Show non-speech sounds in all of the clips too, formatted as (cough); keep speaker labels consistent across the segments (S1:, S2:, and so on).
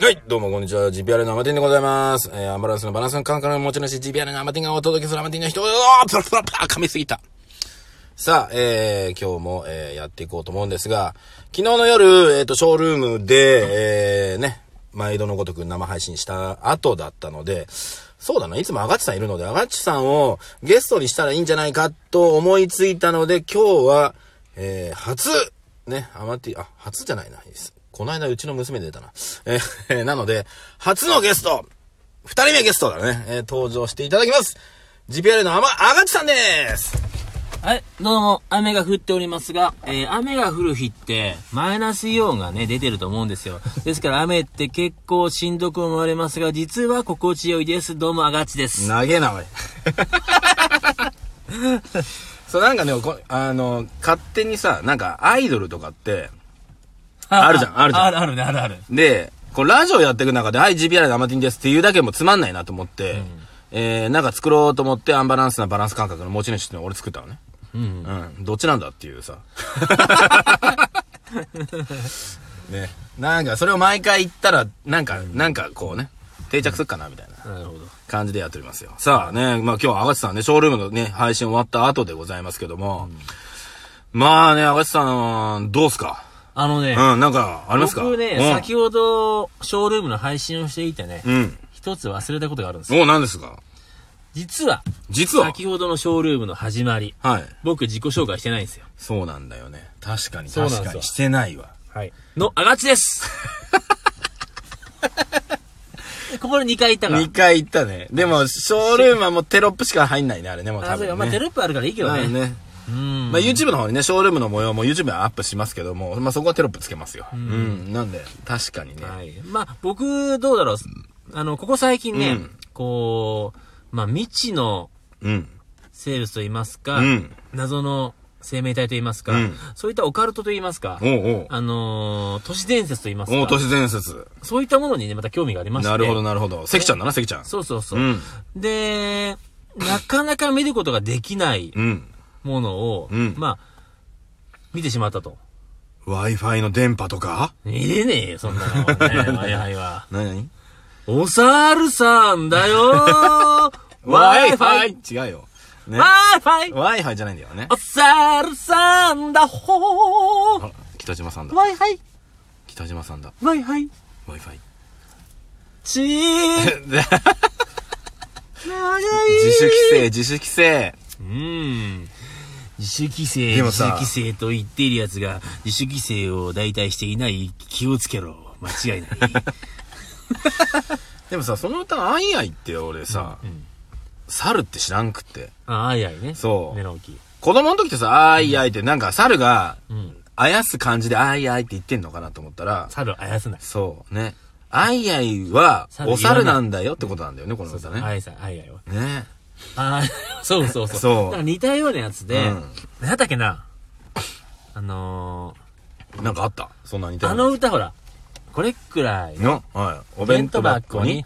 S1: はい、どうもこんにちは。GPR のアマティンでございます。えー、アンバランスのバランスの感覚の持ち主、GPR のアマティンがお届けするアマティンの人、うおープラプラプラ噛みすぎた。さあ、えー、今日も、えー、やっていこうと思うんですが、昨日の夜、えっ、と、ショールームで、えー、ね、毎度のごとく生配信した後だったので、そうだな、いつもアガッチさんいるので、アガッチさんをゲストにしたらいいんじゃないかと思いついたので、今日は、えー、初、ね、アマティ、あ、初じゃないな。この間うちの娘出たな。えー、 (laughs) なので、初のゲスト、二人目ゲストだね、えー登場していただきます。GPR のアマ、アガッチさんです
S2: はい、どうも、雨が降っておりますが、えー雨が降る日って、マイナスイオンがね、出てると思うんですよ。ですから雨って結構しんどく思われますが、実は心地よいです。どうも、あがちです。
S1: 長えな、おい。 (laughs) そう、なんかね、こあの、勝手にさ、なんかアイドルとかって、あるじゃんあるじゃん
S2: あるあるね、あるある。
S1: で、こうラジオやっていく中で、はい、GPR のアマティンですっていうだけでもつまんないなと思って、えー、なんか作ろうと思って、アンバランスなバランス感覚の持ち主っていうのを俺作ったのね。
S2: うん。
S1: うん、どっちなんだっていう (laughs) さ。ね。なんか、それを毎回言ったら、なんか、なんかこうね、定着するかな、みたいな。
S2: なるほど。
S1: 感じでやっておりますよ。さあね、まあ今日は赤地さんね、ショールームのね、配信終わった後でございますけども、まあね、赤地さん、どうすか
S2: あのね、
S1: うん、なんか、ありますか
S2: 僕ね、
S1: うん、
S2: 先ほど、ショールームの配信をしていてね、
S1: うん。
S2: 一つ忘れたことがあるんですよ。
S1: お、何ですか
S2: 実は、
S1: 実は
S2: 先ほどのショールームの始まり、
S1: はい。
S2: 僕自己紹介してないんですよ。
S1: そうなんだよね。確かに、
S2: そうなんです
S1: 確
S2: よ
S1: かに。してないわ。
S2: はい。の、あが
S1: (laughs)
S2: ちです。ここで2回言ったから
S1: 二。回行ったね。でも、ショールームはもうテロップしか入んないね、あれね、もう多
S2: あ、そう
S1: 分、ね。
S2: か。まあ、テロップあるからいいけど
S1: はい
S2: ね。
S1: ね。
S2: うん。
S1: まあ、YouTube の方にね、ショールームの模様も YouTube はアップしますけども、まあ、そこはテロップつけますよ。うん。なんで、確かにね。
S2: はい。まあ、僕、どうだろう。あの、ここ最近ね、
S1: うん
S2: こう、まあ、未知の
S1: うん。
S2: 生物といいますか、
S1: うん
S2: 謎の生命体といいますか、
S1: うん
S2: そういったオカルトといいますか
S1: お、うおう。
S2: あのー都市伝説といいます
S1: おう、都
S2: か、
S1: 市伝説。
S2: そういったものにね、また興味がありまして。
S1: なるほど、。なるほど。関ちゃんだな、関ちゃん。
S2: そうそうそうう。
S1: ん。
S2: で、なかなか見ることができない
S1: うん。
S2: ものを、
S1: うん
S2: まあ、見てしまったと。
S1: Wi-Fi の電波とか
S2: 見れねえよ、そんな (laughs) のはね。はいはいは。
S1: なに
S2: おさるさん
S1: (laughs)
S2: だよー !Wi-Fi!Wi-Fi!
S1: 違うよ。ね。
S2: Wi-Fi
S1: Wi-Fi じゃないんだよね
S2: お。さるさんだほー
S1: あ、北島さんだ。
S2: !Wi-Fi!
S1: 北島さんだ。
S2: Wi-Fi!
S1: Wi-Fi。 (laughs)
S2: ちー
S1: 自
S2: 長い
S1: 主規制、自主規制。
S2: うーん。自主規制、
S1: でも
S2: 自主
S1: さ
S2: 規制と言っているやつが、自主規制を代替していない、気をつけろ。間違い
S1: (laughs)
S2: ない。
S1: でもさ、その歌、アイアイって俺さ、
S2: うん
S1: 猿って知らんくって。
S2: あ、あいあいね。
S1: そう
S2: メロンキー。
S1: 子供の時ってさ、アイアイってなんか猿が、
S2: うん。
S1: あやす感じでアイアイって言ってんのかなと思ったら、
S2: 猿をあやすな。
S1: そうね。アイアイは、
S2: 猿
S1: お猿なんだよってことなんだよね、この歌ね。
S2: あいさん、あいあいは。
S1: ね。
S2: ああ、そうそうそう。
S1: そう
S2: だから似たようなやつで、
S1: うん
S2: なんだっけな。あの
S1: なんかあったそんな似
S2: ー、
S1: たよ
S2: あ
S1: うな
S2: の歌ほら、これくらいの
S1: の、はい。お弁当箱に。、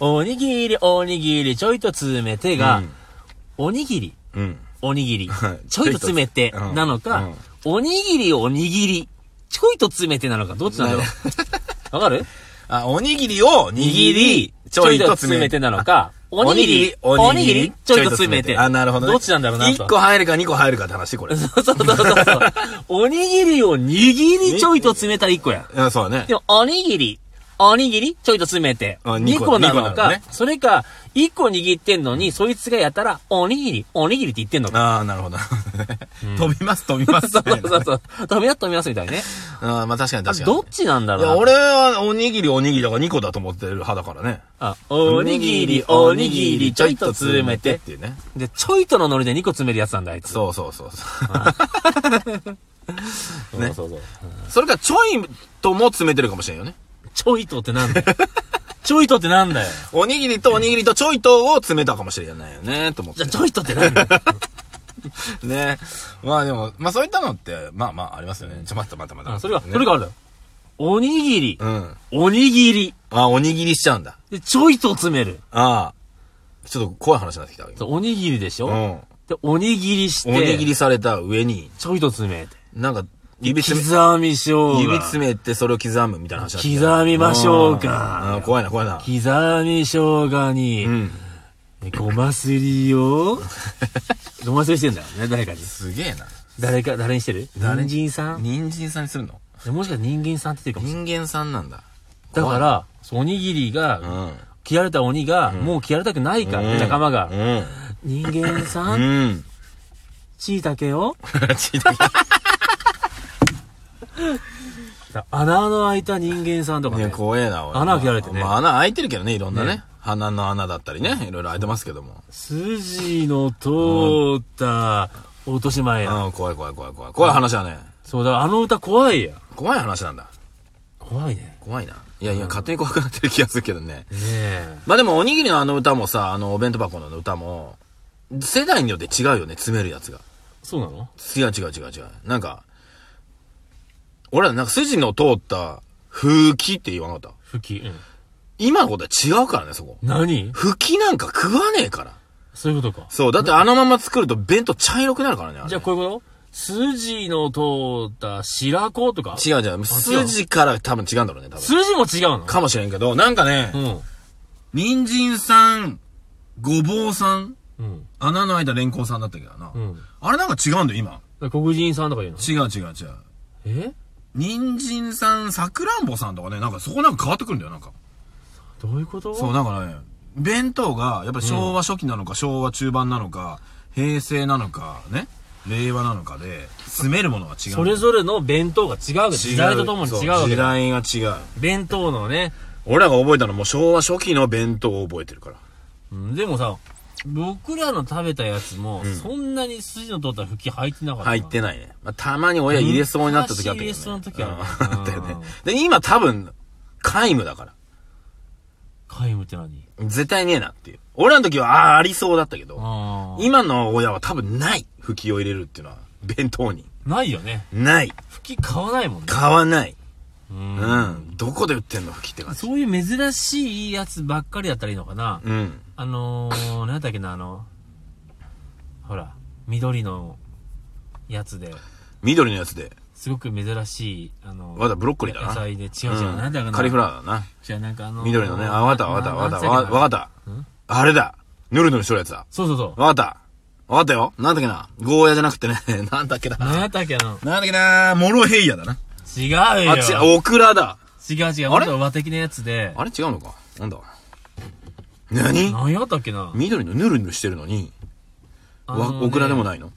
S2: おにぎり、おにぎり、ちょいと詰めてが、
S1: うん
S2: おにぎり、
S1: うん。
S2: おにぎり、
S1: はい
S2: ちょいと詰めて
S1: ちょいとうん
S2: なのか、
S1: うん
S2: おにぎり、おにぎり、ちょいと詰めてなのか、どっちなんだろう。わかる
S1: あ、おにぎりを握り、
S2: ちょいと詰めてなのか、おにぎり、おにぎり、ちょいと詰めて。
S1: あ、なるほどね。
S2: どっちなんだろうなと。
S1: 1個入るか2個入るかって話、
S2: (laughs)
S1: これ。
S2: そうそうそうそう。おにぎりを握りちょいと詰めたら1個や。
S1: うん、そうだね
S2: で。も、おにぎり、おにぎりちょいと詰めて。
S1: あ
S2: 2
S1: 二個
S2: 個なの
S1: 二個なの
S2: か
S1: ね、
S2: それか、1個握ってんのに、そいつがやったら、おにぎり、おにぎりって言ってんのか。
S1: ああ、なるほど。飛びます、飛びます。
S2: (laughs) そうそうそう。飛び出す飛び出すみたいね。
S1: あーまあ確かに確かに。
S2: どっちなんだ
S1: い
S2: ろう
S1: や、
S2: な。
S1: 俺はおにぎりおにぎりだから2個だと思ってる派だからね。
S2: あ、おにぎり、おにぎり、ちょいと詰めて
S1: っ。ていうね。
S2: で、ちょいとのノリで2個詰めるやつなんだ、あいつ。
S1: そうそうそうそう。
S2: うそうそうそう。
S1: それかちょいとも詰めてるかもしれんよね。
S2: ちょいとってなんだよ。 (laughs) ちょいとってなんだよ。
S1: おにぎりとおにぎりとちょいとを詰めたかもしれないよね、と思って
S2: じゃあ、。ちょいとってなんだよ。
S1: ね。まあでも、まあそういったのって、まあまあありますよね。ちょ、待って待って待って。
S2: あ、それが、
S1: ね
S2: それ。があるだよ。おにぎり、
S1: うん。
S2: おにぎり、
S1: あ、おにぎりしちゃうんだ。
S2: で、ちょいと詰める。
S1: ああ。ちょっと怖い話になってきたわ今
S2: そうおにぎりでしょ、
S1: うん。
S2: で、おにぎりして、
S1: おにぎりされた上に、
S2: ちょいと詰めて。
S1: なんか、指爪、
S2: 刻み生姜。
S1: 指爪ってそれを刻むみたいな話だった
S2: 刻みましょうか
S1: うん怖いな、怖いな。
S2: 刻み生姜に、
S1: ん
S2: ごますり
S1: (laughs)
S2: を、ごますりしてんだよね、誰かに。
S1: すげえな。
S2: 誰か、誰にしてる
S1: 誰
S2: 人参さん
S1: 人参さんにするの
S2: もしかしたら人間さんって言ってるかもしれない。
S1: 人間さんなんだ。
S2: だから、そうおにぎり
S1: う
S2: が、
S1: ん。
S2: 切られた鬼が、もう切られたくないから、ね仲間が。
S1: うん。
S2: 人間さ、
S1: うん
S2: (laughs)
S1: ん。
S2: ちいたけを、
S1: ちだ
S2: 穴の開いた人間さんとか
S1: いや、
S2: ね。
S1: 怖えな、俺。
S2: 穴開けられてね
S1: まあ、穴開いてるけどね、いろんなね。鼻の穴だったりね、いろいろ開いてますけども。
S2: 筋の通った落とし前や。
S1: うん、怖い怖い怖い怖い。怖い話だね。
S2: そうだ、あの歌怖いや。
S1: 怖い話なんだ。
S2: 怖いね。
S1: 怖いな。いやいや、勝手に怖くなってる気がするけどね。
S2: ねえ。
S1: まあでも、おにぎりのあの歌もさ、あの、お弁当箱の歌も、世代によって違うよね、詰めるやつが。
S2: そうなの
S1: 違う違う違う違う。なんか、俺らなんか筋の通った、吹きって言わなかった。
S2: 吹き。うん。
S1: 今のことは違うからね、そこ。
S2: 何
S1: 吹きなんか食わねえから。
S2: そういうことか。
S1: そう、だってあのまま作ると弁当茶色くなるからね、あれ。
S2: じゃあこういうこと筋の通った白子とか
S1: 違う違う。筋から多分違うんだろうね、多分。
S2: 筋も違うの
S1: かもしれんけど、なんかね、
S2: う
S1: 人参さん、ごぼうさん、
S2: ん。うん。
S1: 穴の開いたレンコンさんだったけどな。
S2: うん。だ
S1: あれなんか違うんだよ、今。
S2: から黒人さんとか言うの
S1: 違う違う違う。
S2: え
S1: 人参さん、さくらんぼさんとかね、なんかそこなんか変わってくるんだよ、なんか。
S2: どういうこと
S1: そう、なんかね、弁当が、やっぱり昭和初期なのか、昭和中盤なのか、平成なのか、ね、令和なのかで、詰めるものが違う。
S2: それぞれの弁当が違うわけ
S1: 違う
S2: 時代とともに違うわ
S1: そ
S2: け
S1: 時
S2: だ。
S1: 代が違う。
S2: 弁当のね。
S1: 俺らが覚えたのもう昭和初期の弁当を覚えてるから。
S2: うんでもさ、僕らの食べたやつも、そんなに筋の通った吹き入ってなかったな。
S1: 入ってないね。まあ、たまに親入れそうになった時あったけど、ね。
S2: 昔入れそうな時ある
S1: うんあったよね。で、今多分、皆無だから。
S2: 皆無って何
S1: 絶対ねえなっていう。俺らの時は、ああ、ありそうだったけど、
S2: あ
S1: 今の親は多分ない。吹きを入れるっていうのは、弁当に。
S2: あ。ないよね。
S1: ない。
S2: 吹き買わないもんね。
S1: 買わない。
S2: う
S1: うんん。どこで売ってんの吹きって感じ。
S2: そういう珍しいやつばっかりだったらいいのかな。
S1: うん。
S2: あのー、なんだっけな、あの、ほら、緑のやつで、
S1: 緑のやつで。
S2: すごく珍しい、あの、
S1: まだブロッコリーだな
S2: 野菜で、違
S1: う
S2: う違う、なんだか
S1: ん。
S2: な。
S1: カリフ
S2: ラ
S1: ラワーだな。
S2: ー。違う、なんかあのー、
S1: 緑のね。あ、わかったわかったわかったわかった。わ
S2: った。
S1: かった。あれだ。ぬるぬるしとるやつだ。
S2: そうそうそう。
S1: わかった。わかったよ。なんだっけな。ゴーヤじゃなくてね。 (laughs) なんだっけな。
S2: なんだっけな、
S1: なんだっけなモロヘイヤだな。
S2: 違うよ。
S1: あ、違う、オクラだ。
S2: 違う違う、
S1: あ
S2: あ
S1: れ
S2: れ和的なやつで、
S1: あれ違うのか。なんだ。何
S2: 何やったっけな
S1: 緑のヌルヌルしてるのに、わ、オクラでも
S2: ない。
S1: ないの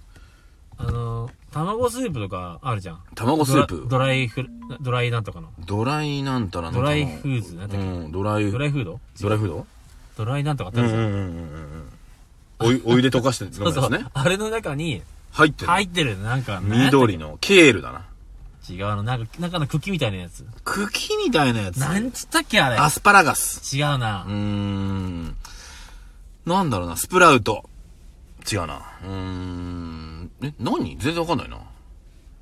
S2: あのー、卵スープとかあるじゃん。
S1: 卵スープ。
S2: ドラドライフル、ドライなんとかの。
S1: ドライなんたらなんか
S2: ド
S1: の
S2: ライフーズ、なんだっけ、
S1: うん、ドライ、
S2: ド
S1: ドラ
S2: ライ
S1: イ
S2: フード
S1: フード
S2: ドライなんとかってあるじゃん。
S1: うんうんうんうん。お湯、お湯で溶かして飲
S2: そう
S1: む
S2: そ
S1: や
S2: う、
S1: つね。
S2: あれの中に、
S1: 入ってる。
S2: 入ってる、なんか、なんやったっ
S1: 緑のケールだな。
S2: け違うの、なんか、中の茎みたいなやつ。
S1: 茎みたいなやつ。
S2: なんつったっけ、あれ。
S1: アスパラガス。
S2: 違うな
S1: うー。ん。なんだろうな、スプラウト。違うな。うーん。え、何全然わかんないな。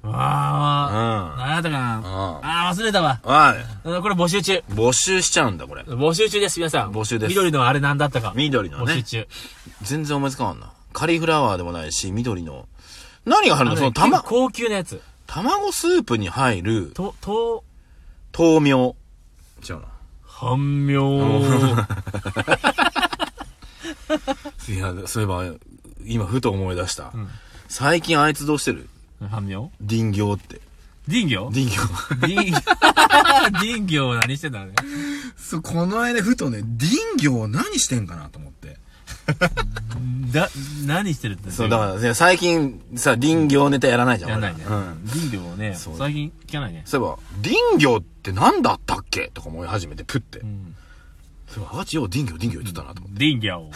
S2: わー。
S1: うん。
S2: なんやったか
S1: ん
S2: な。あー、忘れたわ。
S1: はい。
S2: うんこれ募集中。
S1: 募集しちゃうんだ、これ。
S2: 募集中です、皆さん。
S1: 募集です
S2: 緑のあれなんだったか。
S1: 緑の
S2: 募集
S1: ね。
S2: 中。
S1: 全然思いつかんな。カリフラワーでもないし、緑の。何が入るの
S2: あの
S1: その、
S2: ね
S1: たま
S2: 結構、高級なやつ。
S1: 卵スープに入る、
S2: と、と、
S1: 豆苗。違うな。
S2: 半妙。
S1: いや、そういえば、今、ふと思い出した。最近あいつどうしてる
S2: 半妙 (laughs)
S1: 林業って。
S2: 林業
S1: 林業。 (laughs)
S2: 林 (laughs) 林業は何してんだろうね。
S1: そう、この間ふとね、林業何してんかなと思って。
S2: だ、何してるって
S1: そう、だから、最近さ、林業ネタやらないじゃん。
S2: やんないね。
S1: 俺らうん。
S2: 林業をね、
S1: そう
S2: 最近聞かないね。
S1: そういえば、林業って何だったっけとか思い始めて、プって。
S2: ん
S1: そういえば、あがちよう林業、林業言ってたなと思っ
S2: 林業。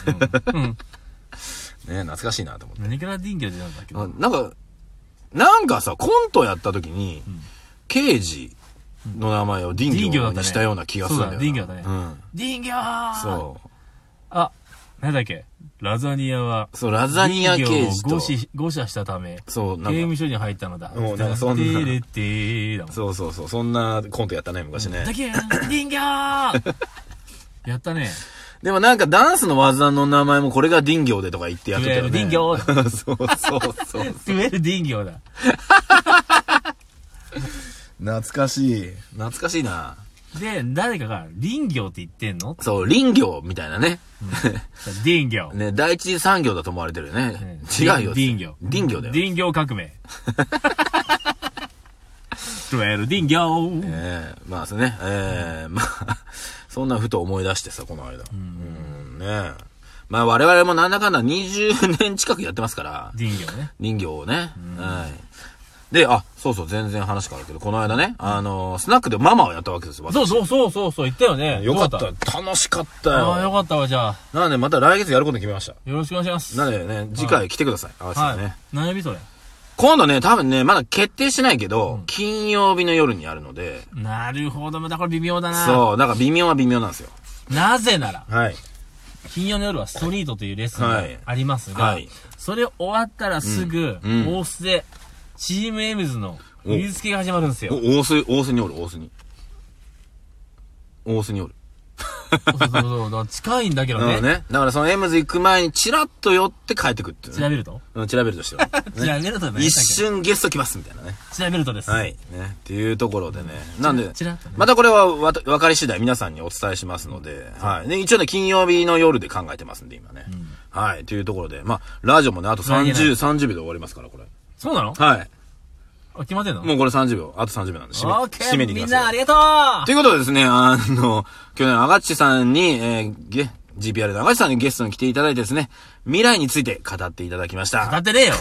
S2: うんうん。
S1: て。ね懐かしいなと思って。
S2: 何から林業ってなんだっけ
S1: あなんか、なんかさ、コントやった時に、刑事の名前を林
S2: 林業
S1: 業
S2: だったね
S1: にしたような気がするんだよな。
S2: そうだ林業だね
S1: うん。
S2: 林業
S1: そう。
S2: あ、なんだっけラザニアは、
S1: そう、ラザニア刑事
S2: 林業
S1: と
S2: を誤。射誤射したため、
S1: そう、
S2: 刑
S1: なんか、
S2: 務所に入ったのだ。
S1: もうなんかそんな
S2: てれてーだもん。
S1: そうそうそう、そんなコントやったね、昔ね
S2: だ。けん林業
S1: (laughs)
S2: やったね。
S1: でもなんかダンスの技の名前もこれが林業でとか言ってやってたよね。 (laughs)
S2: いわゆる
S1: そうそうそう。
S2: スウェル林業だ。
S1: 懐かしい。懐かしいな。
S2: で、誰かが、林業って言ってんの
S1: そう、林業みたいなね。
S2: 林業。
S1: ね、第一次産業だと思われてるよね。違うよ。
S2: 林業。
S1: 林業だよ。
S2: 林業革命。トゥエル林業。
S1: ええまあですね、ええまあ、 (laughs) そんなふと思い出してさ、この間。うん、ねえまあ我々もなんだかんだ20年近くやってますから、
S2: 林業ね。
S1: 人形をね。はい。で、あ、そうそう、全然話変わるけど、この間ね、あのスナックでママをやったわけですよ。
S2: そう
S1: う。
S2: そうそうそうそう、言ったよね。
S1: よかっ
S2: どうだ
S1: た。楽しかった
S2: ああ、よ
S1: よ。
S2: かったわ、じゃあ。
S1: なので、また来月やることに決めました。
S2: よろしくお願いします。
S1: なのでね、次回来てください。合わせ
S2: は
S1: て
S2: い。
S1: ね。
S2: 何曜日それ
S1: 今度ね、多分ね、まだ決定してないけど、金曜日の夜にやるので、
S2: なるほど、またこれ微妙だな。
S1: そう、なんか微妙は微妙なんですよ。
S2: なぜなら、
S1: はい。
S2: 金曜の夜はストリートというレッスン
S1: は
S2: が
S1: い
S2: ありますが、
S1: はい
S2: それ終わったらすぐ、
S1: うんうん
S2: 大須で、チームエムズの売り付けが始まるんですよ。
S1: お、大須、大須におる、大須に。大須におる。
S2: そうそうそうそう近いんだけど
S1: うん
S2: ね。
S1: ね。だからそのエムズ行く前にチラッと寄って帰ってくっていう
S2: 調
S1: ね、
S2: べると
S1: うん、調べるとしては。
S2: 調べるとね。
S1: 一瞬ゲスト来ますみたいなね。
S2: 調べるとです。
S1: はい。ね。っていうところでね。なんで
S2: チラッとね、
S1: またこれはわた、分かり次第皆さんにお伝えしますので、はい。ね、一応ね、金曜日の夜で考えてますんで、今ね。はい。というところで、まあ、ラジオもね、あと
S2: 何気ない
S1: 30、30秒で終わりますから、これ。
S2: そうなの
S1: はい。
S2: あ決まってんの
S1: もうこれ30秒、あと30秒なんで、締め、
S2: オッケ
S1: 締め
S2: ー
S1: に行き
S2: み
S1: ま
S2: ん
S1: すよ
S2: なありがと
S1: ということでですね、あの、去年、アガッチさんに、えー、ゲ、GPR のアガッチさんにゲストに来ていただいてですね、未来について語っていただきまし
S2: うだ
S1: た。
S2: ってねえよ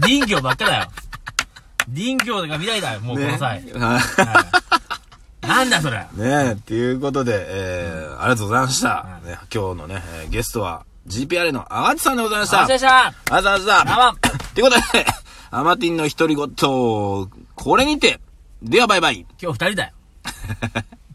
S2: 林業ばっかだよ林業が未来だよ、もうこの際。
S1: ね (laughs)
S2: はいなんだそれ
S1: ねえ、ということで、えー、ありがとうございました。ね、今日のね、えーゲストは GPR のアガッチさんでございました。
S2: あ
S1: あ
S2: しゃ
S1: り
S2: しゃ
S1: がとうござい
S2: どうも
S1: ました。ということで、アマティンの独り言、これにて、ではバイバイ。
S2: 今日二人だよ